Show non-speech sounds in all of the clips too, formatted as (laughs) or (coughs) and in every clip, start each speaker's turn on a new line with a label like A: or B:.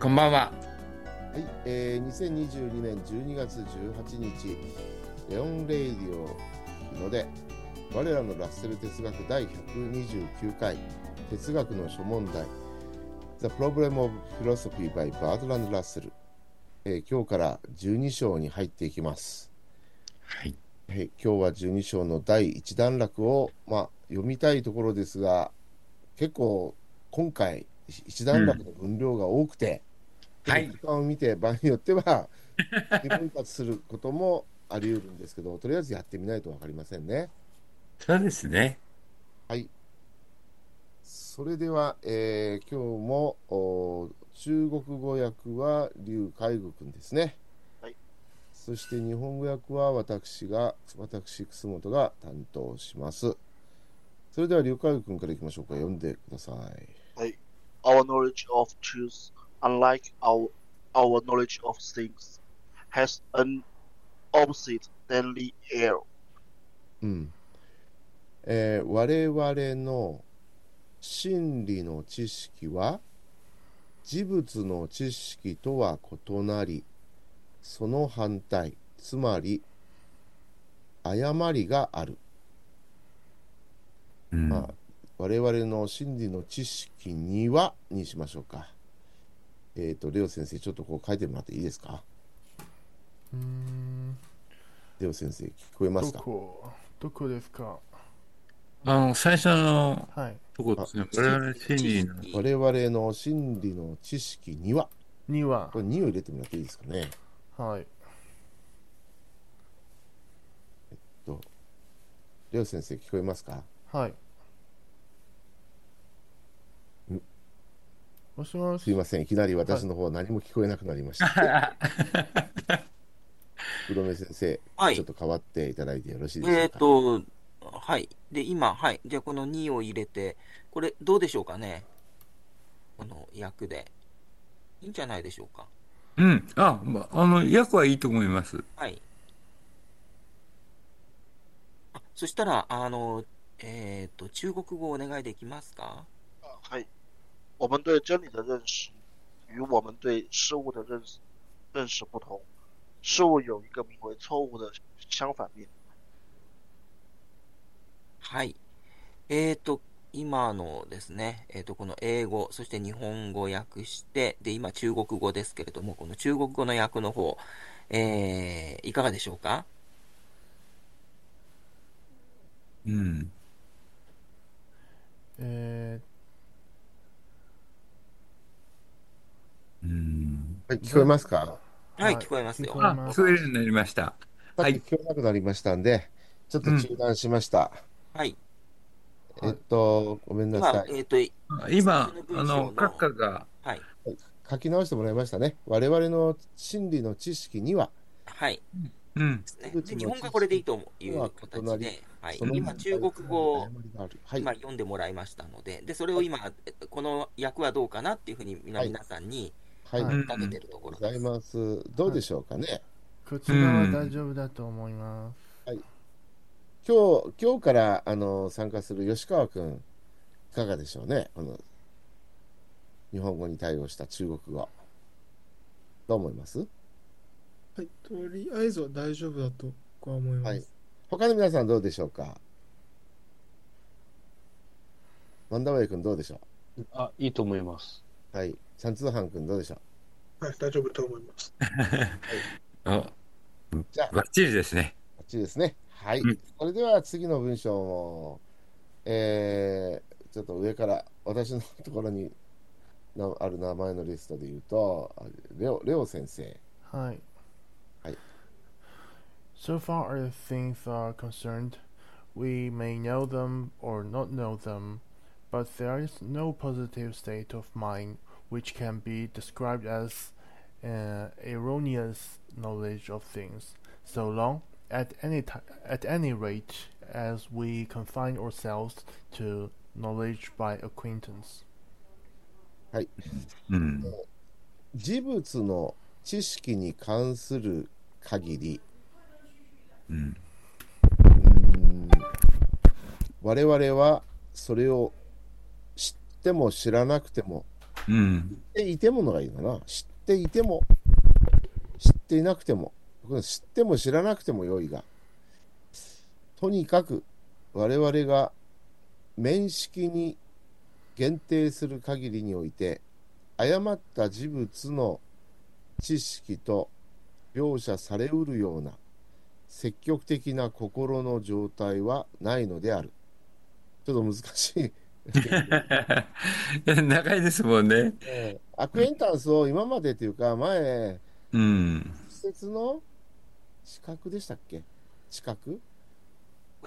A: ばんは。
B: はい、えー、2022年12月18日、レオン・レイディオ日ので、我らのラッセル哲学第129回、哲学の諸問題、The Problem of Philosophy by Bertrand Russell、えー今日から12章に入っていきます。
A: はい。
B: はい、今日は12章の第1段落を、まあ、読みたいところですが、結構今回、1段落の分量が多くて、
A: うんはい
B: 時間を見て、場合によっては、 (laughs) 自分たちすることもあり得るんですけど、とりあえずやってみないと分かりませんね。
A: そうですね。
B: それでは、えー今日もお中国語訳は劉海愚君ですね。
C: はい。
B: そして日本語訳は私が、私、楠本が担当します。それでは劉海愚君からいきましょうか。読んでください。
C: Our knowledge of truth, unlike our our knowledge of things, has an opposite than the air.
B: うん。えー我々の真理の知識は、事物の知識とは異なり、その反対、つまり、誤りがある。
A: うん
B: まあ、我々の真理の知識にはにしましょうか。えっ、と、レオ先生、ちょっとこう書いてもらっていいですか
D: うーん
B: レオ先生、聞こえま
D: ど
B: すか
D: こどこですか
A: あの、最初の
D: はい
A: とこですね。我々心理の。
B: 我々の真理の知識には、
D: には
B: これ2を入れてもらっていいですかね。
D: はい
B: レオ先生、聞こえますか
D: はい
B: ん
D: もしも
B: すい
D: し
B: ません、いきなり私の方何も聞こえなくなりました。黒目先生、
E: はい
B: ちょっと変わっていただいてよろしいでしょうか。
E: えっ、と、はい。で、今、はい。じゃあ、この2を入れて、これ、どうでしょうかねこの役で。いいんじゃないでしょうか。
A: うん。あ、まあの、役はいいと思います。
E: はい。あそしたら、あの、えっ、と、中国語お願いできますか
C: 嗨，我们对真理的认识与我们对事物的认识认识不同，事物有一个名为错误的相反面。
E: はい。えっ、と、今のですね、えっ、と、この英語、そして日本語訳して、で、今、中国語ですけれども、この中国語の訳の方、えー、いかがでしょうか
A: うん。
D: え
A: うん。
B: はい、聞こえますか
D: ー
E: はい、聞こえますよ
D: 聞。こ
A: あ
D: え、ま
A: 聞
D: す
A: こえるようになりました。
B: さっ
A: は
B: き
A: い
B: 聞こえなくなりましたんで、ちょっと中断しました。
E: はい。
D: うん
B: えっと、ごめんな
E: 今
B: さ、い。
E: えっ、と、
A: 今
E: 普、通
A: あ
E: の文章の
A: の、閣下が、
E: はい。
B: 書き直してもらいましたね。我々の真理の知識には、
E: はい。
A: うん
E: で。すね
B: う
E: で
B: ちの
E: 日本がこれでいいと思ういう
B: うわ
E: 形で、はい、
B: その
E: 今、中国語を
B: 誤りがあるはい
E: 今、読んでもらいましたので、でそれを今、えっとこの役はどうかなっていうふうに皆
B: はい
E: 皆さんに
B: はい、あ
A: う
B: りがとう
A: ん
E: かけてるところ
B: ござ
E: で
B: い
E: す。
B: ます。どうでしょうかね。
D: こちらは大丈夫だと思います
B: 今日、今日から、あの、参加する吉川くん、いかがでしょうね。この、日本語に対応した中国語。どう思います
F: はい、とりあえずは大丈夫だと僕は思います。
B: はい他の皆さんどうでしょうかワンダーウェイ君どうでしょ
G: あ、いいと思います。
B: うはい。チャンツーハン君どうでしょう
F: はい、大丈夫だと思います。
A: あ、
B: じゃあ、
A: バッチリですね。
B: こっちですね。はい。
A: うん
B: それでは次の文章を、えー、ちょっと上から私のところになある名前のリストで言うと、あレオレオ先生。
D: はい
B: はい
D: So far as things are concerned, we may know them or not know them, but there is no positive state of mind which can be described as uh, erroneous knowledge of things, so long, at any ti at any rate, as we confine ourselves to knowledge by acquaintance.
A: うん。
B: 事物の知識に関する限り、
A: うん。
B: うーん我々はそれを知っても知らなくても、
A: うん。
B: でいてものがいいかな。知っっていても、知っていなくても、知っても知らなくてもよいが、とにかく我々が面識に限定する限りにおいて、誤った事物の知識と描写されうるような積極的な心の状態はないのである。ちょっと難しい。
A: 長いですもん (laughs) ね。
B: えーアクエンタンスを今までというか、前、
A: うん。
B: 施設の資格でしたっけ資格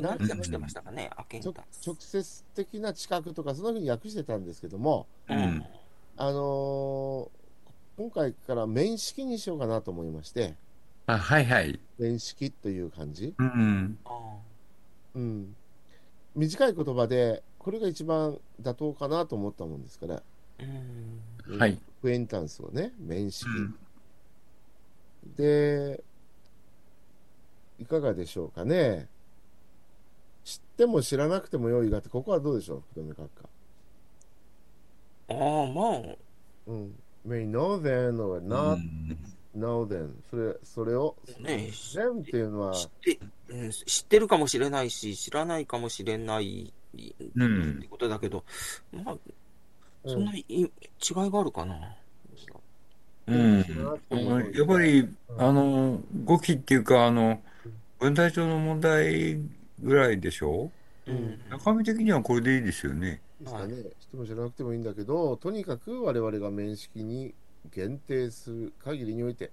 E: 何てしてましたかね、アケン
B: ちょ
E: タンス
B: 直。接的な知覚とか、そのふうに訳してたんですけども、
A: うん。
B: あのー今回から面識にしようかなと思いまして、
A: あ、はいはい。
B: 面識という感じ。
A: うん。
E: あ
B: うん。短い言葉で、これが一番妥当かなと思ったもんですから、
E: ーうん。
A: はい。
B: アクエンタンスをね、面識。
A: うん
B: で、いかがでしょうかね。知っても知らなくてもよいがって、ここはどうでしょう、福留閣下。
E: ああ、まあ、
B: うん。may know then or
A: う
B: not
A: ん
B: know then、それ、それを、
E: ね
B: them っていうのは、
E: 知って、うん、知ってるかもしれないし、知らないかもしれない
A: うん
E: ってことだけど、まあ、
B: うん
E: そんなにい違いがあるかな。
A: うん
B: 知らなくてもよい
A: やっぱり、あの、語気っていうか、あの、文体帳の問題ぐらいでしょ
E: うん。
A: 中身的にはこれでいいですよね。
B: ですかね、知っても知らなくてもいいんだけど、とにかく我々が面識に限定する限りにおいて、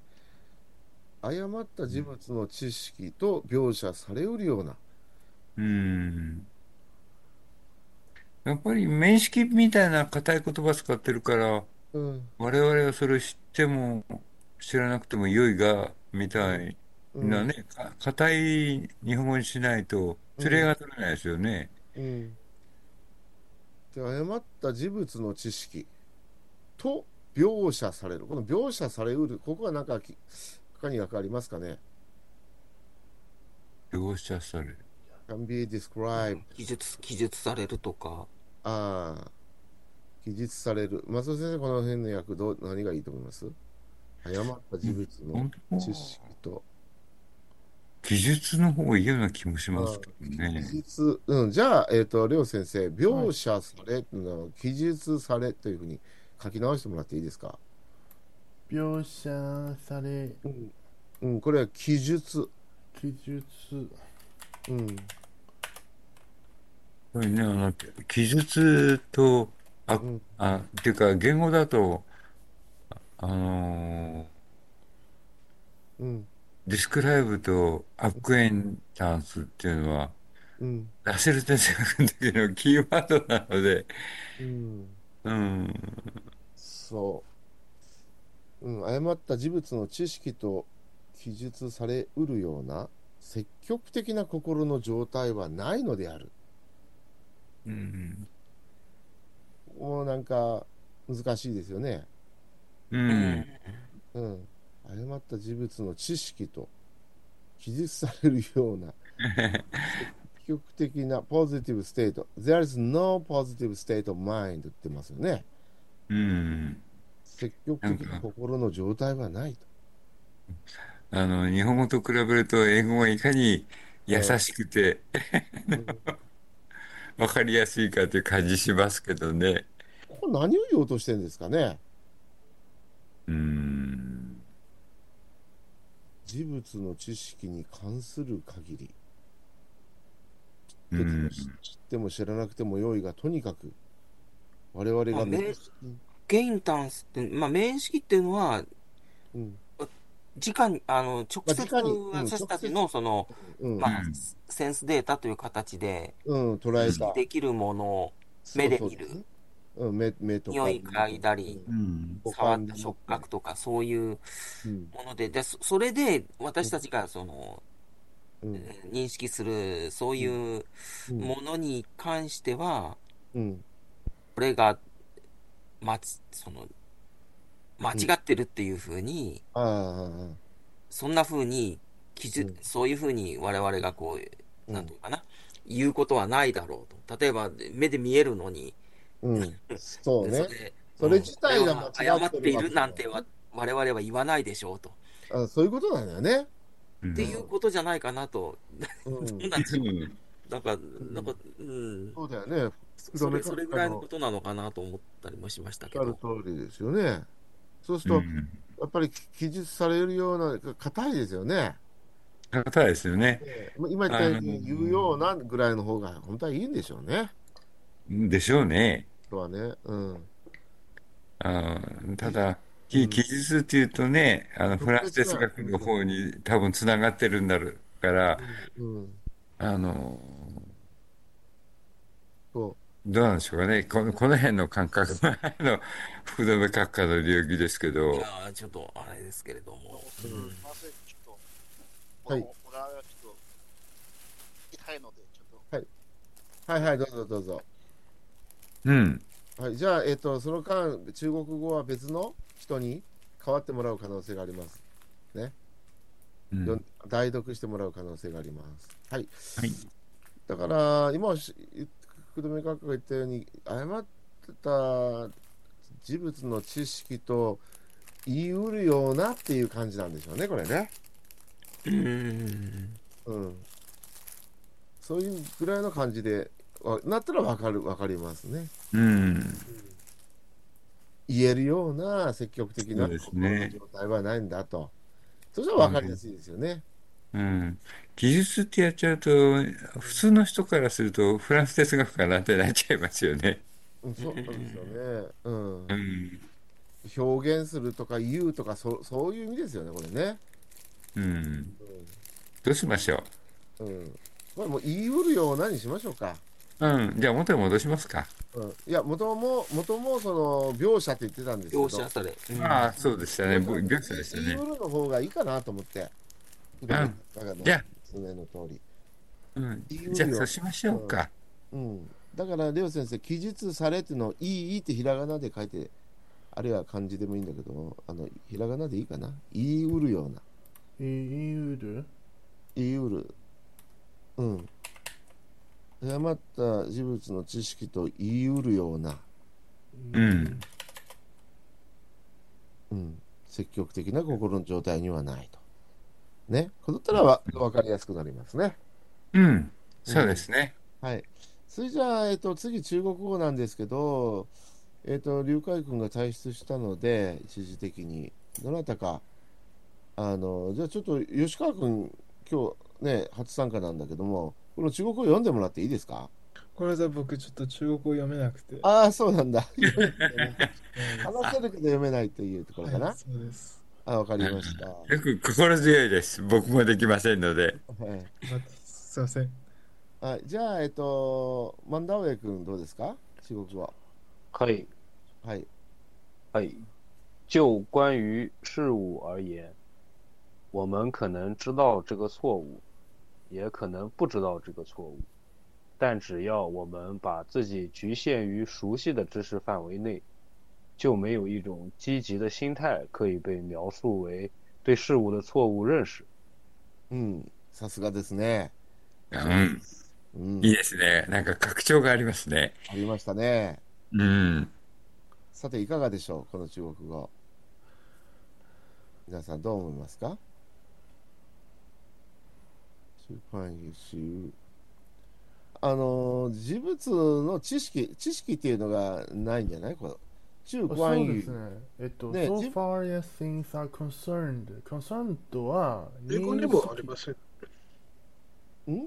B: 誤った事物の知識と描写されうるような、
A: うん。やっぱり面識みたいな硬い言葉使ってるから、
B: うん、
A: 我々はそれを知っても知らなくても良いが、みたい
B: うん
A: なね、か硬い日本語にしないと、それが取れないですよね。
B: うん、で誤った事物の知識と描写されるこの描写されうるここはなんかき他に役ありますかね
A: 描写される。
B: can be described
E: 記述、記述されるとか。
B: ああ記述される松尾先生この辺の役どう何がいいと思います誤った事物の知識と
A: 技術の方がいいような気もしますけど
B: 記
A: ね。
B: 述、うん、じゃあ、えっ、と、りょう先生、描写され、の記述されというふうに書き直してもらっていいですか
D: 描写され、
B: うん、これは記述。
D: 記述、
B: うん。
A: これね、あの、記述と、あ
B: ん、
A: あ、っていうか、言語だと、あの
B: うん。
A: ー、ディスクライブとアクエンタンスっていうのは、
B: うん。
A: ラッセル先生が組んでるキーワードなので、
B: うん。
A: うん、
B: そう。うん、誤った事物の知識と記述されうるような積極的な心の状態はないのである。
A: うん、
B: もうなんか難しいですよね。
A: うん、
B: うん。誤った事物の知識と記述されるような積極的なポジティブステート。There is no positive state of mind って言ってますよね。
A: うん。
B: 積極的な心の状態はないと。
A: あの、日本語と比べると、英語がいかに優しくて、わかりやすいかという感じしますけどね。
B: ここ何を言おうとしてるんですかね
A: うん。
B: 事物の知識に関する限り、
A: う
B: 知ってても
A: ん。
B: 知っても知らなくてもよいが、とにかく、我々が
E: あね
B: 面識に
E: ゲインタンスって、まあ、面識っていうのは、
B: うん
E: 直に、あの、直接
B: まあ直にうん
E: 私たちの、その、
B: うん
E: まあ
A: うん、
E: センスデータという形で、
B: うん、捉え
A: う
B: た。
E: できるものを、目で見
B: そ
E: る
B: うそうですねうん、目目とか。
E: 匂い嗅いだり
A: うん。
B: 五
E: 触
B: 感
E: っ
B: で
E: た触覚とか、そういう
B: うん
E: もので、で、そそれで、私たちが、その、
B: うん
E: 認識する、そういうものに関しては、
B: うん
E: これが、まち、その、間違ってるっていうふうに、
B: ああ
E: そんな風に、記述、
B: うん
E: そういう風に我々がこう、
B: うん
E: なんていうかな、言うことはないだろうと。例えば、目で見えるのに、
B: うんそうね
E: れ
B: それ自体が間違ってるわけ
E: 誤っているなんては、我々は言わないでしょうと。
B: あそういうことなんだよね。
A: うん
E: っていうことじゃないかなと。
B: うん、
E: そんなんじ
A: う
E: ゃ
A: ん
E: なんか、なんか、うん。
B: そうだよね。
E: それそれぐらいの
B: あ
E: ことなのかなと思ったりもしましたけ
B: ある
E: ど。
B: 通りですよね。そうする
A: う
B: と、
A: ん
B: やっぱり記述されるような、硬いですよね。
A: 硬いですよね。
B: まあ今言ったように言うようなぐらいの方が本当はいいんでしょうね。
A: でしょうね。
B: とはね。うん。
A: あーただ、記記述っていうとね、あのフランス哲学の方に多分つながってるんだろうから、
B: うん。
A: あの、
B: そ
A: どうなんでしょうかね。この、この辺の感覚は、あの、福留閣下の領域ですけ
E: い
A: ど
E: や、ーちょっとあれですけれども。
C: すみません、ちょっと、
B: はい
C: おお腹がちょっと痛いので、ちょっと、
B: う。はいはい、どうぞどうぞ。
A: うん。
B: はい、じゃあ、えっと、その間、中国語は別の人に代わってもらう可能性があります。
A: うん
B: よ代読してもらう可能性があります。はい。
A: はい
B: だから、今おし、福留閣下が言ったように、誤った事物の知識と言い得るようなっていう感じなんでしょうね、これね。
E: うん。
B: うん。そういうぐらいの感じで、わなったらわかる、わかりますね。
A: うん。
B: 言えるような積極的な
A: そうですね
B: 状態はないんだと。そしたら分かりやすいですよね。
A: うん。技術ってやっちゃうと、普通の人からすると、フランス哲学かなってなっちゃいますよね。
B: うん、そうなんですよね。うん
A: う。ん。
B: 表現するとか言うとか、そそういう意味ですよね、これね。
A: うん。どうしましょ
B: うん。うん、これもう言い得るようなにしましょうか。
A: う。うん。じゃあ元に戻しますか。
B: うん。いや、元も、元もその、描写って言ってたんですけど。
E: 描写され。
A: ああ、そうでしたね。ぼ描写でした
B: 言い
A: ね
B: 得。るの方がいいかなと思って。
A: ん
B: だから
A: じゃあ、
B: 説明の通り。
A: うん。じゃあそうしましょうか。
B: うん、だから、レオ先生、記述されっていうのを、いいってひらがなで書いて、あるいは漢字でもいいんだけど、あの、ひらがなでいいかな言い得るような。
D: 言いうる
B: 言い得る。うん。誤った事物の知識と言い得るような、
A: うん。
B: うん。積極的な心の状態にはないと。ね。これだったらわわかりやすくなりますね。
A: うん。そうですね。
B: はい。それじゃあ、えっと、次、中国語なんですけど、えっと、劉海君が退出したので、一時的に、どなたか、あの、じゃあちょっと、吉川君、今日ね、初参加なんだけども、この中国語読んでもらっていいですか
F: ごめんなさい、僕ちょっと中国語読めなくて。 (laughs)
B: ああ、そうなんだ。話せるけど読めないというところか
F: は、。
B: ない
F: そうです。
B: あ、わかりました。は
A: よく心強いです。僕もできませんので。
B: い。
F: 待ってすいません。
B: はい、じゃあ、えっと、万田上君、どうですか中国語。
G: はい。
B: はい。
G: 哎，就关于事物而言，我们可能知道这个错误，也可能不知道这个错误，但只要我们把自己局限于熟悉的知识范围内，就没有一种积极的心态可以被描述为对事物的错误认识。
B: うん、さすがですね。
A: うん。
B: うん
A: いいですね。なんか拡張がありますね。
B: ありましたね。
A: うん。
B: さて、いかがでしょう、この中国語。皆さん、どう思いますかあの、事物の知識、知識っていうのがないんじゃないこの中
D: あ
B: 国
D: そう
B: 語
D: ですね。えっと、
B: ね
D: so
B: じ
D: far as things are concerned. concerned は、
F: 英語にもありません。
B: ん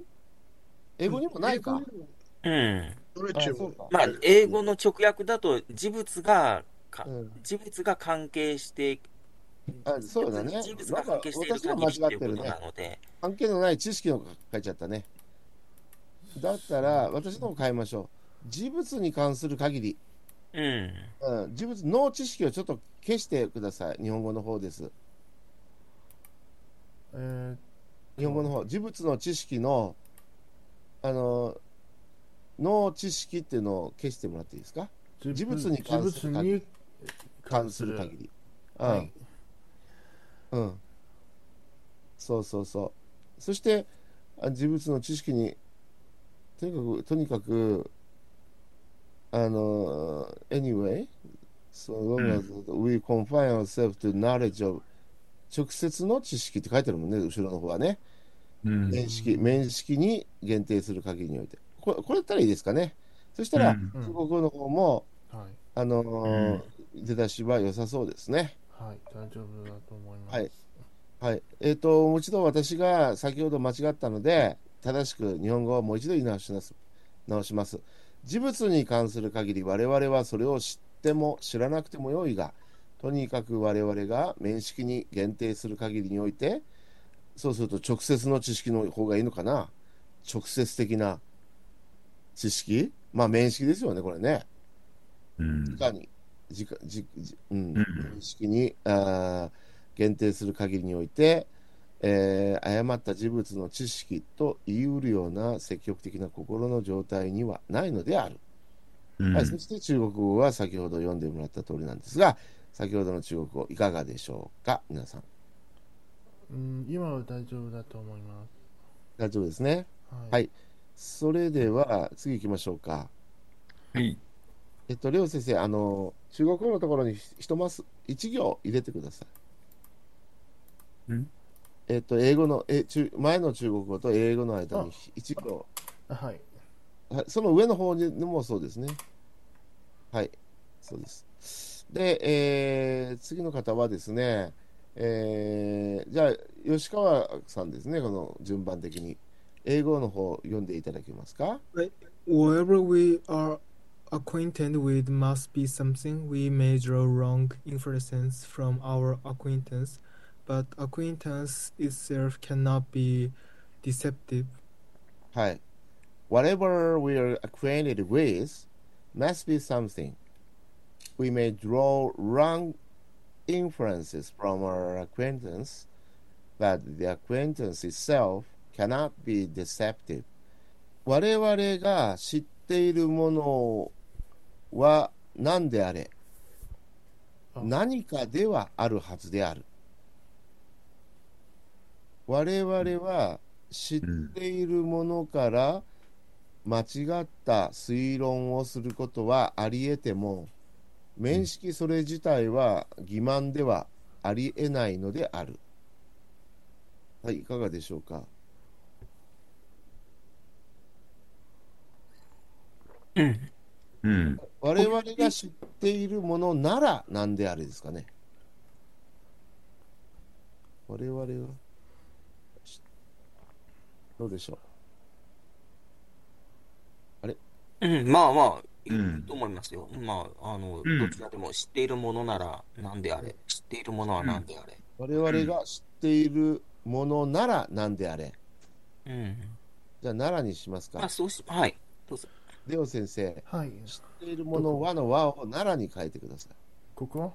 B: 英語にもないか。
E: うん。
F: どれ
B: あそ
F: 中
B: う
F: も。
B: か
E: まあ、英語の直訳だと、事物がか、
B: うん
E: 事物が関係して、
B: あそうだね
E: 事物。
B: な
E: が
B: んか
E: 関係している
B: 私が間
E: 限り
B: 違
E: ってい
B: って
E: う
B: る
E: こと
B: ね
E: な。ので、
B: 関係のない知識の書いちゃったね。だったら、私のも変えましょう。事物に関する限り、
E: うん。
B: うん、事物の知識をちょっと消してください。日本語の方です。
D: えー
B: 日本語の方。事物の知識の、あの、の知識っていうのを消してもらっていいですか事物に関する
D: 事物に
B: 関する限り。うん。
D: はい
B: うん。そうそうそう。そして、あ事物の知識に、とにかく、とにかく、あの、anyway、 so long as we confine ourselves to knowledge of 直接の知識って書いてあるもんね、後ろの方はね。
A: うん
B: 面識、面識に限定する限りにおいて。これ、これだったらいいですかね。そしたら、
A: うん
B: 中国語の方も、
D: はい
B: あのー出だしは良さそうですね。
D: はい大丈夫だと思います
B: はいはい。えっ、と、もう一度私が先ほど間違ったので、正しく日本語をもう一度言い直します。直します。事物に関する限り、我々はそれを知っても知らなくてもよいが、とにかく我々が面識に限定する限りにおいて、そうすると直接の知識の方がいいのかな直接的な知識まあ面識ですよね、これね。
A: うん
B: 直に、じかじじうん、
A: うん
B: 認識にあー限定する限りにおいて、えー誤った事物の知識と言い得るような積極的な心の状態にはないのである。
A: うん
B: はい、そして中国語は先ほど読んでもらった通りなんですが、先ほどの中国語いかがでしょうか、皆さん。
D: うん今は大丈夫だと思いま
B: 大丈夫ですね。
D: すはい、
B: はいそれでは次行きましょうか。
A: はい。
B: えっと、レオ先生、あの、中国語のところにひ一マス、一行入れてください。
A: ん
B: えっと、英語の、え、中、前の中国語と英語の間にひ一行、
D: はい
B: はい、その上の方にもそうですね。はい、そうです。で、えー次の方はですね、えーじゃあ、吉川さんですね、この順番的に。英語の方読んでいただけますか
F: Whatever we are acquainted with must be something we may draw wrong inferences from our acquaintance, but acquaintance itself cannot be deceptive.
B: はい。Whatever we are acquainted with must be something. We may draw wrong inferences from our acquaintance, but the acquaintance itself cannot be deceptive. 我々が知っているものは何であれ
D: あ
B: 何かではあるはずである。我々は知っ
A: うん
B: 知っているものから間違った推論をすることはあり得ても面識それ自体は欺瞞ではあり得ないのである。はい、いかがでしょうか。
A: うん。
B: 我々が知っているものなら何であれですかね。我々はしどうでしょう。
E: うん、まあまあ、い
A: うん
E: いと思いますよ。まあ、あの、
A: うん
E: どちらでも知っているものなら何であれ、知っているものは何であれ。
B: 我々が知っているものなら何であれ。
E: うん。
B: じゃあ、奈良にします
E: まあ、
B: か。
E: そうし、はい。
B: レオ先生、
D: はい
B: 知っているものはの和を奈良に変えてください。
D: ここ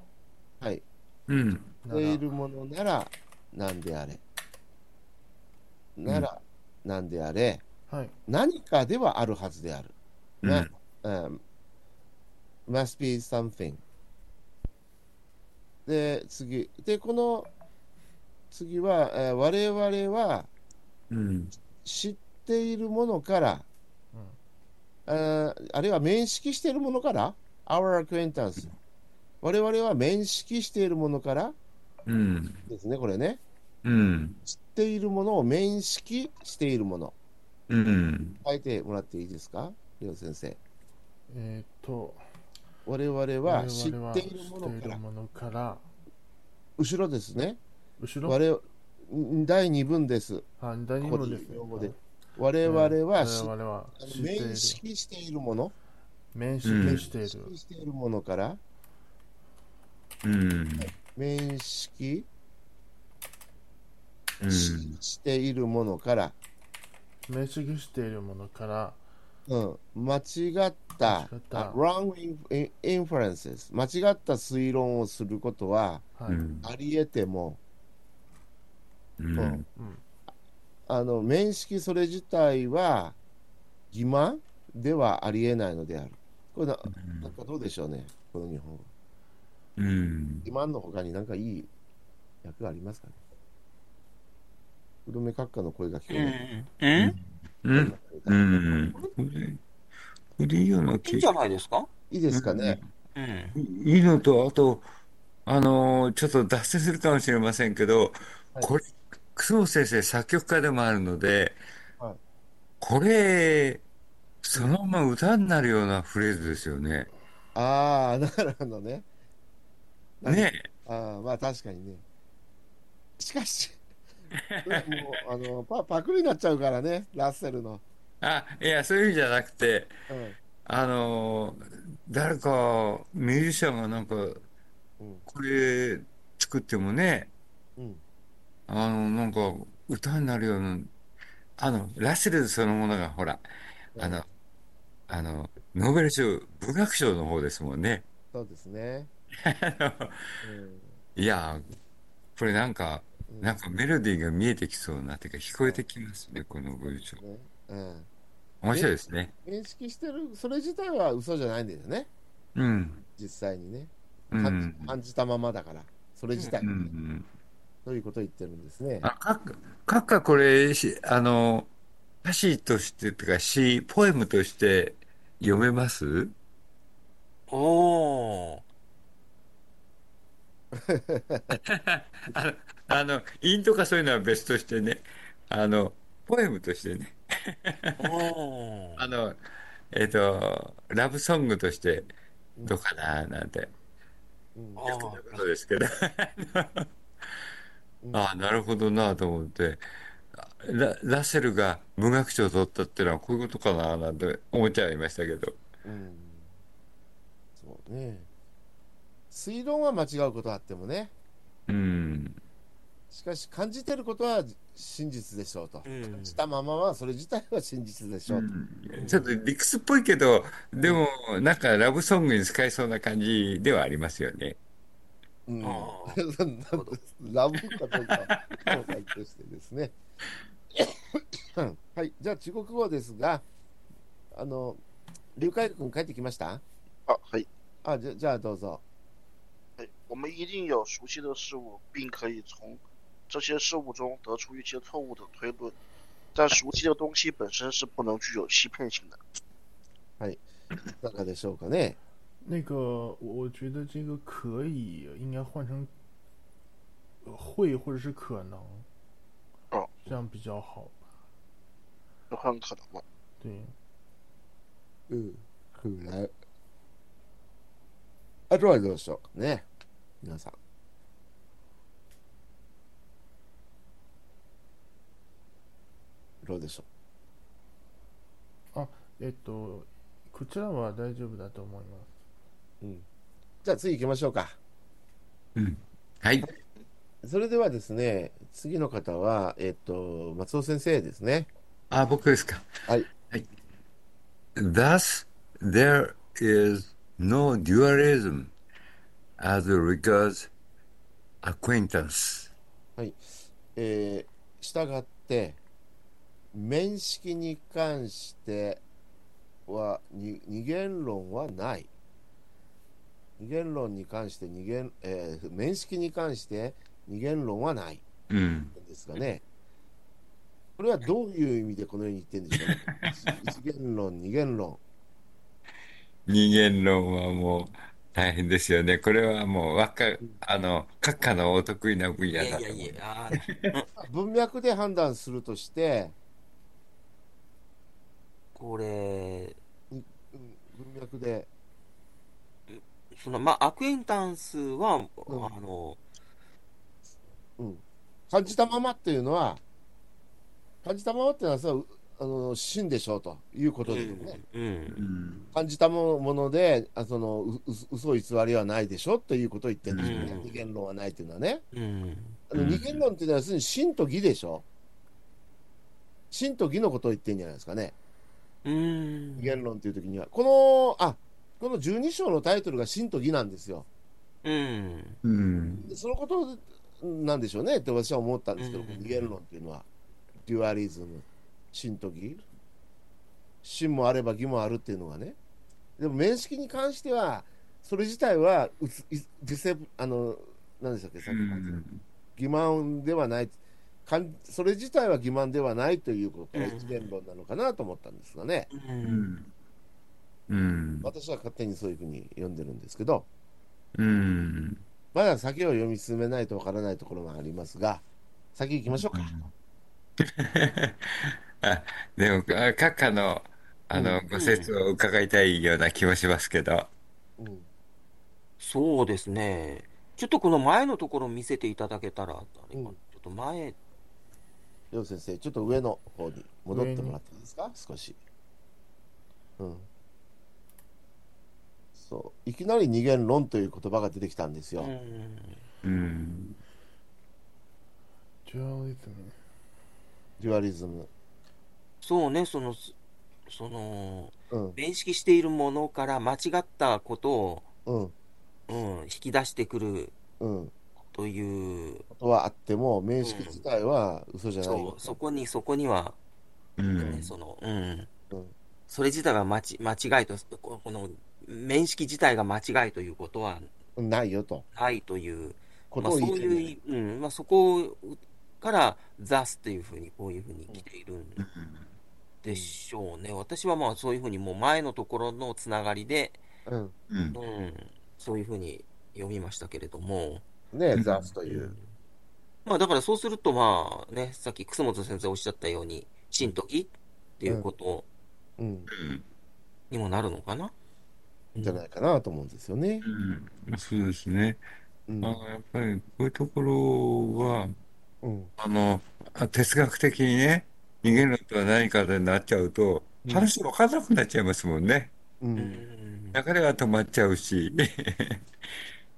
B: はい。
A: うん。
B: 知っているものなら何であれ。なら何であれ。
D: はい
B: 何かではあるはずである。
A: うん
B: ねうん、must be something. で、次。で、この次は、えー我々は
A: うん。
B: 知っているものから、あーあるいは面識しているものから、our acquaintance、我々は面識しているものから
A: うん。
B: ですね、これね、
A: うん。
B: 知っているものを面識しているもの、
A: うん。
B: 書いてもらっていいですか、りょう先生。
D: えーっと
B: 我々は知っているも
D: 我々は
B: の
D: 知って
B: か
D: いる
B: ら、
D: ものから
B: 後ろですね、
D: 後ろ
B: 我々ん第2文です、
D: あ第二
B: ここ
D: 問
B: で
D: ですね
B: 用語
D: は
B: で
D: い。
B: 我々は知
D: 我々は知っている
B: 面識しているもの、
D: 面
A: うん
D: 識してい
B: 面
D: る
B: 識しているものから、
A: うん。
B: 面識
A: うん。
B: しているものから、
D: 面識しているものから
B: うん、間違った
D: 間違った
B: あ wrong in- inferences 間違った推論をすることは
D: はい
A: うん。
B: あり得ても、
A: うん。
B: あの面識それ自体は欺瞞ではあり得ないのであるこれななんかどうでしょうねこの日本語
A: うん。
B: 欺瞞の他に何かいい役ありますかね黒目閣下の声が聞こ
E: う
B: えない、
E: ん。うん
A: うん。うん。これ、これいいような
E: うんいいん
A: 気
E: じゃないですか
B: いいですかね、
E: うん。
A: いいのと、あと、あのーちょっと脱線するかもしれませんけど、
B: はい
A: これ、久能先生、作曲家でもあるので、
B: はい
A: これ、
B: う
A: そ
B: ん
A: のまま歌になるようなフレーズですよね。
B: ああ、なるほどね。なんか、
A: ね
B: ああ、まあ確かにね。しかし、それはもう、あの、パ、パクリになっちゃうからね、ラッセルの。
A: あ、いや、そういう意味じゃなくて、
B: うん、
A: あのー誰かミュージシャンがなんか、
B: うん、
A: これ作ってもね、
B: うん。
A: あの、なんか、歌になるような、あの、ラッセルそのものが、ほら、
B: う
A: あ
B: ん
A: の、あの、ノーベル賞、文学賞の方ですもん
B: (laughs)
A: ね。
B: そうですね。
A: あの
B: うん、
A: いや、これなんか、
B: う
A: なん
B: ん、
A: かメロディーが見えてきそうな、てか聞こえ
B: あ、
A: てきますね、この
B: そう
A: 文
B: です
A: 章。
B: ね。うん。
A: 面
B: 認
A: 白いですね。
B: 認識してる、それ自体は嘘じゃないんだよね。
A: うん、
B: 実際にね。
A: う
B: 感じ、
A: ん、
B: 感じたままだから、それ自体
A: う
B: はね。
A: ん。
B: そういうことを言ってるんですね。
A: あ、かっ、かっかこれ、しあの、歌詞として、てか詩、ポエムとして読めます
E: おー。
A: あの、あの、韻とかそういうのは別としてね、あの、ポエムとしてね、
E: おー。
A: あの、えっと、ラブソングとして
B: う、
A: どうんかななんて、
B: うん、
A: よくな
E: あ
A: いこ
E: あ、
A: とですけど。
B: うん。
A: (laughs) ああ、なるほどなと思って、ラ、ラッセルが文学賞を取ったってのはこういうことかななんて思っちゃいましたけど。
B: うんそうね。推論は間違うことはあってもね。
A: うん。
B: しかし感じてることは真実でしょうと。
E: う
B: 感じ
E: ん。
B: たままはそれ自体は真実でし
A: う、
B: ょうと。
E: うん
A: ちょっと
E: ん。
A: 理屈っぽいけど、
B: う
A: で
B: ん。
A: も、なんかラブソングに使えそうな感じではありますよね。
B: う
E: ああ、
B: ん。
E: なる
B: なん
E: ほ
B: と
E: ど。
B: (laughs) ラブかどうか紹介としてですね。 (coughs) うんはい。じゃあ中国語ですが、あの、劉海君帰ってきました
C: 啊，嘿，
B: あ、じゃ、じゃあどうぞ。
C: 嘿，我们一定要熟悉的事物，并可以从这些事物中得出一些错误的推论。但熟悉的东西本身是不能具有欺骗性的。
B: はい。いかがでしょうかね。
D: 那个，我我觉得这个可以应该换成呃会或者是可能，
C: 哦，
D: 这样比较好。
C: 这很可能吗？
D: 对，
B: うん。くらい。あとはどうでしょうかね。皆さん。どうでしょ
D: あ、えっと、こちらは大丈夫だと思います。
B: う。うん。じゃあ次行きましょうか。
A: うん。はい。
B: それではですね、次の方は、えっと、松尾先生ですね。
A: あ、僕ですか。
B: はい。
A: はい。Thus, there is no dualism as regards acquaintance.
B: はい。えー、従って、面識に関しては、に二元論はない。二元論に関して二元、えー面識に関して二元論はない
A: うん。
B: ですがね。これはどういう意味でこのように言ってるんでしょうね。一一元論、二元論。
A: 人間論はもう大変ですよね。これはもうわか、
B: うん
A: あの、閣下のお得意な分
E: い
A: 野
E: やい
A: だ
E: や
A: と
E: い
A: 思い
E: や、
A: ます。
E: ああ、なうん
B: 文脈で判断するとして、
E: これ、
B: にうん文脈で、
E: その、まあ、アクエンタンスは、
B: うん、
E: あの、
B: うん。感じたままっていうのは、感じたままっていうのはさ、うあの、真でしょうというこ
E: う
B: とですよね。
E: ん、う、
A: うんん。
B: 感じたもので、あその、う、う、嘘偽りはないでしょということを言ってるん
E: う
B: でしょうね。二
E: ん、
B: 元論はないというのはね。
E: うん、
B: あ
A: う
B: の、二元
A: ん。
B: 論っていうのは要するに真と偽でしょ真と偽のことを言ってるんじゃないですかね。
E: う
B: 二
E: ん、
B: 元論というときには。この、あ、この十二章のタイトルが真と偽なんですよ。
E: うん、
A: うん。
B: でそのことなんでしょうねって私は思ったん
E: う
B: ですけど、この二元
E: ん、
B: 論っていうのは、デュアリズム、真と偽。真もあれば偽もあるっていうのがね。でも面識に関しては、それ自体はうつ、いディセあの、何でしたっけ、さ
A: う
B: っきの話。
A: ん。
B: 欺瞞ではない。かん、それ自体は欺瞞ではないということ
E: う
B: から一元
E: ん、
B: 論なのかなと思ったんですがね。
E: う。
A: うんん。うん。
B: 私は勝手にそういうふうに読んでるんですけど、
A: うん。
B: まだ先を読み進めないとわからないところもありますが、先行きましょうか。
A: あ、でも、あ閣下の、あの、ご説を伺いたいような気もしますけど。
B: うん
E: そうですね。ちょっとこの前のところ見せていただけたら、あれかな
B: うん
E: ちょっと前、
B: 両先生、ちょっと上の方に戻ってもらっていいですか、少し。うん。そう、いきなり二元論という言葉が出てきたんです
E: う
B: よ。
E: ん、
A: うん。
D: Dualism.
B: デュアリズム。
E: そうね、その、すその、
B: うん、
E: 認識しているものから間違ったことを、
B: うん、
E: うん、引き出してくる
B: うん。
E: という、
B: ことはあっても、面識自体は嘘じゃない
E: そ
B: よ
E: う、。そこに、そこには、
A: う
E: ね
A: ん。
E: その、うん
B: うん。
E: それ自体が間ち間違いと、ここの、面識自体が間違いということは
B: ないよと。
E: ないという、
B: こ
E: ま
B: と
E: あ、
B: を
E: そ
B: 言い
E: う
B: たいんだよ
E: いう、うん、まあ、そこから、ザスっていうふうに、こういうふうに来ているんでしょうね。私はまあ、そういうふうに、もう前のところのつながりで、
B: うん
A: うん
E: う。ん、そういうふうに読みましたけれども、
B: ねえ、ザスという。
E: まあ、だからそうすると、まあ、ね、さっき楠本先生おっしゃったように、真と義っていうこと
B: うん、
E: にもなるのかな。
B: じゃないかなと思うんですよね。
A: うん。そうですね。
B: うん
A: あ、やっぱり、こういうところは、
B: うん、
A: あの、あ哲学的にね、逃げるとは何かでなっちゃうと、
B: うん
A: 話分からなくなっちゃいますもんね。
B: う、
E: うんん
A: 流れが止まっちゃうし、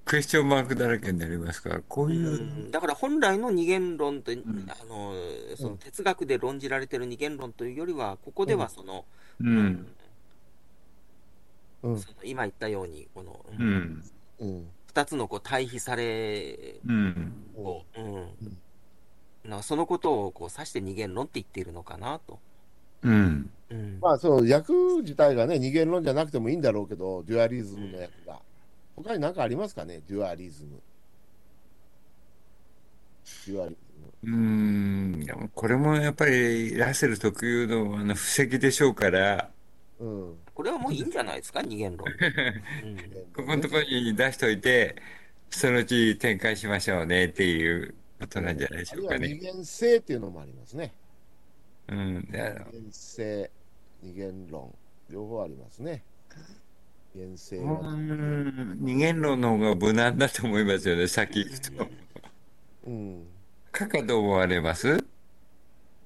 A: クエスチョンマークだらけになりますから、こう
E: う
A: いう、
E: んだから本来の二元論って、
A: ん
E: あのその哲学で論じられてる二元論というよりは、ここではその、
A: うん、
B: うん
E: その今言ったように、この、
A: う
E: うん
A: ん、
B: うん、
E: 二つのこう対比され
A: うん、
E: を、うんなそのことをこう指して二元論って言っているのかなと。
A: うん、
E: うん
B: まあその役自体がね二元論じゃなくてもいいんだろうけどデュアリズムの役が他に何かありますかねデュアリズムデュアリ
A: うん、でもこれもやっぱりラッセル特有のあの布石でしょうから、
B: ズムうん
E: これはもういいんじゃないですか、
A: (laughs)
E: 二元論。うん
A: ここのところに出しといて、そのうち展開しましょうねっていうことなんじゃないで
B: あ
A: しょ
B: るいうは
A: か
B: 二
A: ね。
B: 元性っていうのもありますね
A: うん、であの
B: 二元性二元論両方ありますね二元性
A: う
B: が
A: ーん二元論の方が無難だと思いますよね、先行くと。
B: うん
A: かかどう思われます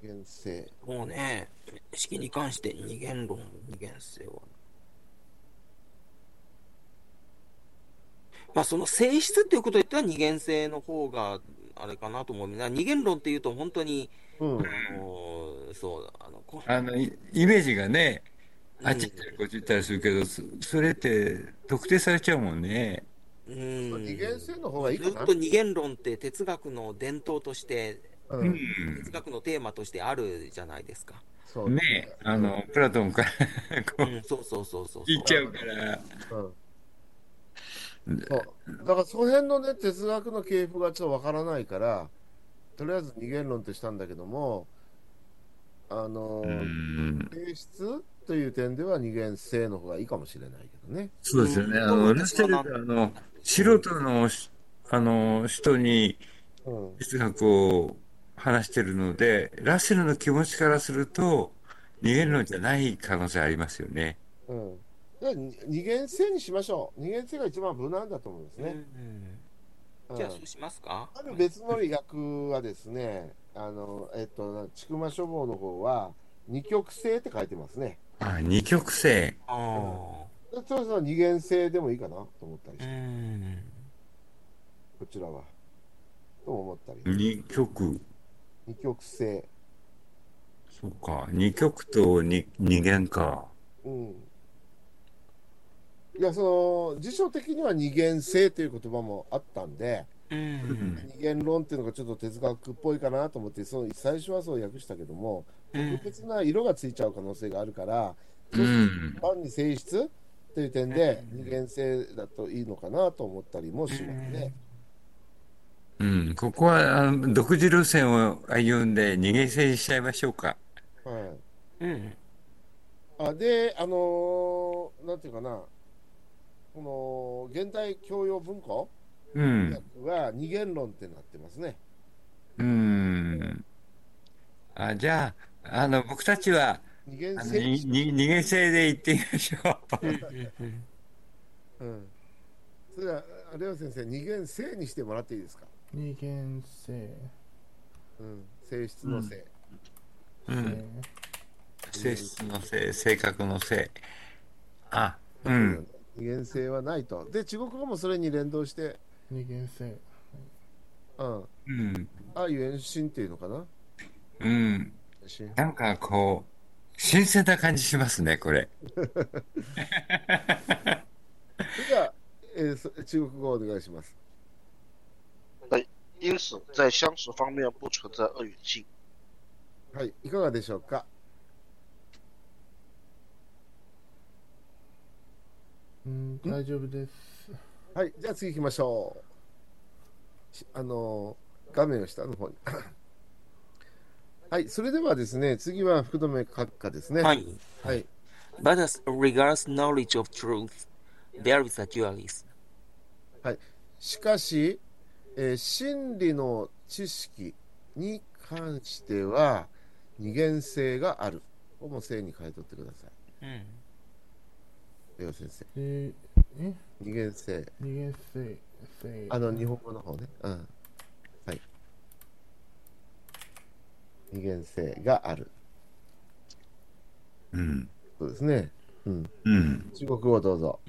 B: 二元性
E: もうね、式に関して二元論、二元性は。まあその性質っていうことを言ったら二元性の方があれかなと思う。な二元論っていうと本当に、
B: うん
E: あのそう、あの、こ
A: あの、いイメージがね、
E: うん
A: あっち行ったりこっち行ったりするけど、そそれって特定されちゃうもんね。
E: うん
B: 二元性の方がいい
E: ず
B: か
E: っ
B: な
E: と二元論って哲学の伝統として、
B: う
A: うん
E: 哲学のテーマとしてあるじゃないですか。
B: そうだ
A: ん。ねあの、プラトンから
E: う
A: こ
E: ん、そうそうそうそう
A: う、行っちゃうから。
B: うんそうだからその辺のね哲学の系譜がちょっとわからないからとりあえず二元論としたんだけどもあの
A: う
B: ー
A: ん。
B: 性質という点では二元性の方がいいかもしれないけどね。
A: そうですよね。あの、ラステルが、あの、素人のし、あの、人に
B: うん
A: 哲学を話してるので、ラッセルの気持ちからすると、二元論じゃない可能性ありますよね。
B: うん、だからに二元性にしましょう。二元性が一番無難だと思うんです
E: うんう
B: ね。
E: ん
B: うん
E: じゃあそうしますか
B: ある別の役はですね、あの、えっと、ちくま書房の方は、二極性って書いてますね。
A: あ、二極性。
E: ああ。
B: でそろそろ二元性でもいいかなと思ったり
E: う
B: して、
E: ん。
B: こちらは。とも思ったり。
A: 二極。
B: 二極性。
A: そうか。二極と二、二元か。
B: うん。いや、その、辞書的には二元性という言葉もあったんで、
E: うん。
B: 二元論っていうのがちょっと哲学っぽいかなと思って、その最初はそう訳したけども、
E: うん
B: 特別な色がついちゃう可能性があるから、
A: うん。
B: 単に性質という点で二元性だといいのかなと思ったりもしますね。
A: うん。ここは、あの、独自路線を歩んで二元性にしちゃいましょうか。
B: はい
E: うん。
B: あで、あのーなんていうかな、この現代教養文庫
A: うん。
B: は二元論ってなってますね。
A: うん。あ、じゃあ、あの、僕たちは、
B: 二元
A: あの、
B: 性。
A: に、に、二元性で言ってみましょう。
B: うん。それは、あレオ先生、二元性にしてもらっていいですか
D: 人間性
B: うん。性質の性。
A: うん。
D: 性
A: 性質の性、性格の性。あ、うん。。
B: 二元性はないと。で、中国語もそれに連動して、
D: 人間性
B: うん。
A: うん。
B: あ、ゆえんしんっていうのかな
A: うん。
B: 心
A: なんかこう、新鮮な感じしますね、これ。
B: じゃあ、えーそ中国語お願いします。
C: 因此，在相似方面不存在二元性。
B: はい。いかがでしょうか
D: うん大丈夫です
B: はい。じゃあ次行きましょう。しあのー画面を下の方に。 (coughs) はい。それではですね、次は福留閣下ですね。
E: はい。
B: はい。
E: But as regards knowledge of truth, there is a dualism.
B: しかし、えー真理の知識に関しては、二元性がある。ここも性に変えとってください。レオ先生。
D: でえ
B: 二元性。
D: 人間性性
B: あの、日本語の方ね。うん。はい。二元性がある。
A: うん。
B: そうですね。うん。
A: うん。
B: 中国語どうぞ。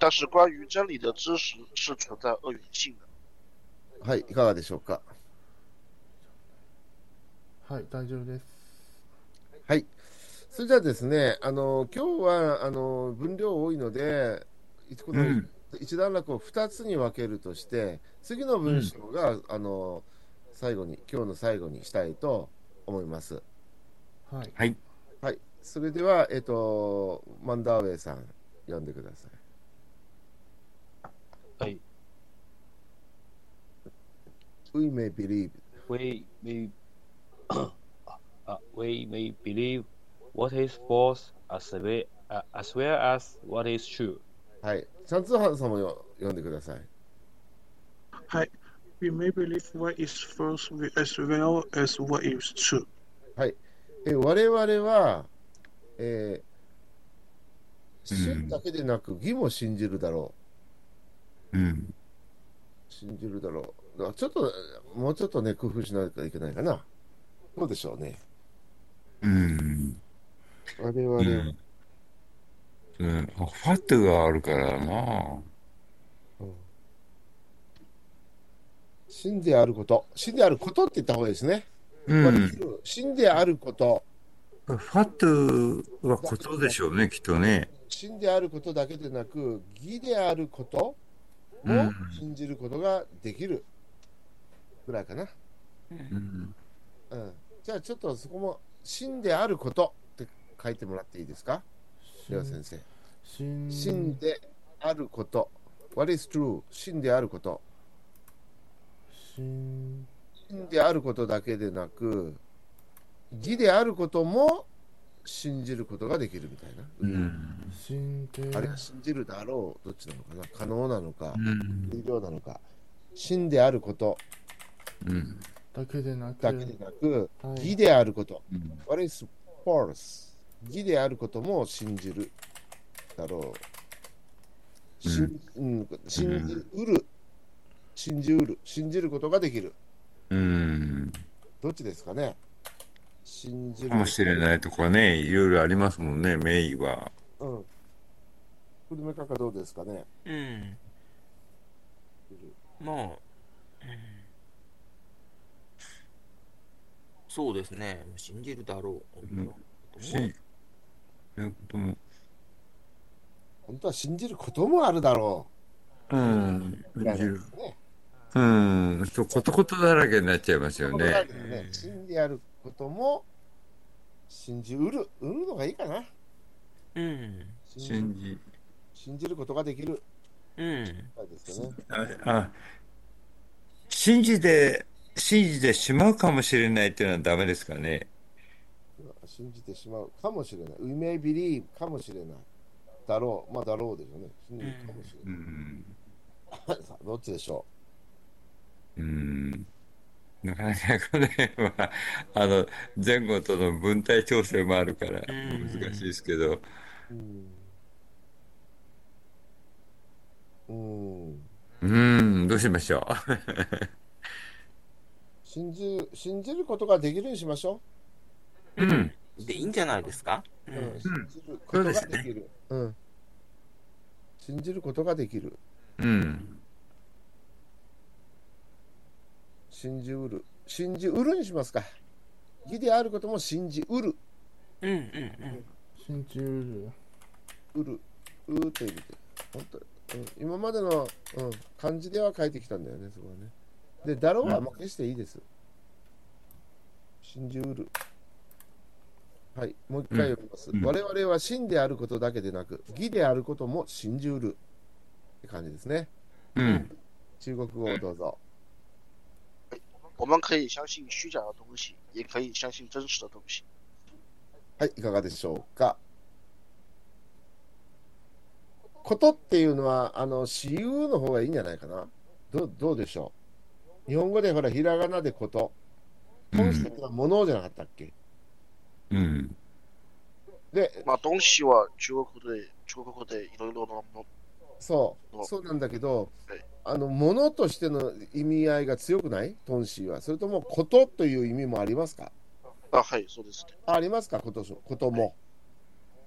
C: 但是关于真理的知识是存在二元性的。
B: はい、いかがでしょうか。
D: はい大丈夫です
B: はい。それじゃあですね、あの、今日は、あの、分量多いので、一この
A: うん
B: 一段落を二つに分けるとして、次の文章が、あの、最後に、今日の最後にしたいと思います。
D: はい
A: はい。
B: はい。それでは、えっと、マンダーウェイさん、読んでください。
G: はい。
B: We may believe
G: we may (coughs) uh, we may believe what is false as we, uh, as well as what is true.
B: はい。チャンツーハンさんもよ読んでください。
H: We may believe what is false as well as what is true.
B: え我々は、えー
A: うん
B: 真だけでなく義も信じるだろ
A: うん。
B: う。信じるだろう。だからちょっと、もうちょっとね、工夫しないといけないかな。どうでしょうね。
A: うん。
B: 我々は、
A: うん。うん。あ、ファットがあるからな。
B: 真であること。真であることって言った方がいいですね。
A: うん。
B: 真であること。
A: ファットはことでしょうね、きっとね。
B: 真であることだけでなく、義であること
A: う
B: も
A: ん
B: 信じることができるぐらいかな。
A: うん。
B: うん、じゃあちょっとそこも「真であること」って書いてもらっていいですかでは先生「
D: 心
B: 真であること」What is true? 真であること。
D: 心
B: 真であることだけでなく、義であることも信じることができるみたいな。
A: うん。
D: 心で
B: あれは信じるだろう。どっちなのかな可能なのか
A: う、ん。
B: 有料なのか。真であること
A: うん。
D: だけでなく
B: だけでなく、
D: はい
B: 義であること。
A: うん。
B: What is false? 義であることも信じるだろう。信うん、信じうる、信じうる、信じることができる。
A: うん。
B: どっちですかね信じる。
A: かもしれ
B: い。
A: ないとかね、いろいろありますもんね、名医は。
B: うん。古めかかどうですかね
E: うん。まあ、うんそうですね。信じるだろう。
A: うんし、そういうことも。
B: 本当は信じることもあるだろ
A: うん。
B: う。ぐらいなんで
A: る
B: すね。
A: うん。そう、ことことだらけになっちゃいますよ
B: ここなん
A: ね
B: で。すね信じあることも信じうる。うるのがいいかな。
E: うん。
B: 信
A: 信
B: じ
A: じ。
B: 信じることができる。
E: う
B: ぐら
E: ん。
B: いですよね。
A: あ、あ、信じて、信じてしまうかもしれないっていうのはダメですかね。
B: 信じてしまうかもしれない。We may believe かもしれない。だろう。まあ、だろうでしょうね。信じるかもしれ
A: う
B: ない。
A: ん。
B: さあ、どっちでしょ
A: うん。なかなかこの辺は、あの、前後との文体調整もあるから
E: うん
A: 難しいですけど、
B: ううん。うん。
A: うん、どうしましょう。
B: 信じる、信じることができるにしましょ
A: うん、
E: で、いいんじゃないですかう
B: う。
E: ん。
B: 信じることができる。うん。信じることができる。
A: うん、
B: 信じうる。信じうるにしますか。義であることも信じうる。
E: うんうんうん。
D: 信じる。
B: うる。うーということ本当、うん、今までの、うん、漢字では書いてきたんだよね、そこはね。で、だろうはまあ消していいです。信じうる。はい、もう一回読みます。
A: うん
B: 我々は真であることだけでなく、義であることも信じうる。って感じですね。
A: うん、
B: 中国語をどうぞ。
C: 我们可以相信虚假的东西，也可以相信真实的东西。
B: はい、いかがでしょうか。ことっていうのは、あの、私有の方がいいんじゃないかな。どうどうでしょう。日本語でほら、ひらがなでこと。本質的なものじゃなかったっけ。
A: うん、
B: で、
C: まあ、东西は中国で、中国でいろいろなもの、
B: そう、そうなんだけど
C: はい、
B: あの、ものとしての意味合いが強くないトンシーは。それとも、ことという意味もありますか
C: あ、はい、そうですね。
B: ありますかことし、ことも。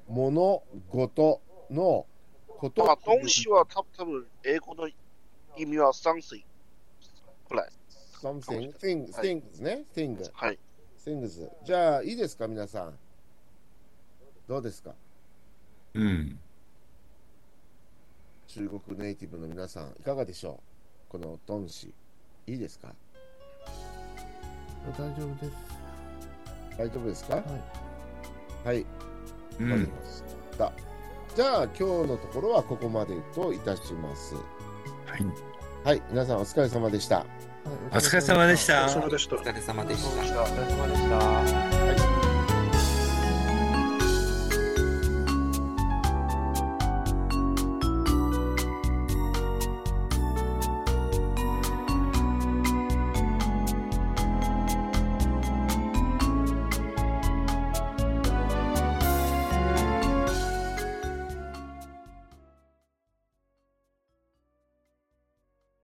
B: もの、ごとの、こと
C: まあ、东西は多多分英語の意味は something ぐらい。
B: something, thing,
C: はい
B: things ね、thing。
C: はい。
B: Things じゃあいいですか皆さんどうですか
A: うん。
B: 中国ネイティブの皆さんいかがでしょうこのトンシいいですか
D: 大丈夫です。
B: 大丈夫ですか
D: はい。
B: はい
A: うん
B: わかりました、じゃあ今日のところはここまでといたします
A: はい
B: はい皆さんお疲れ様でした
D: はい
A: お疲れ様でし
C: お
A: た
C: 疲れ様でした
E: お。疲れ様でし
C: お疲
E: た
C: れ。様でした
G: お疲れ様でした。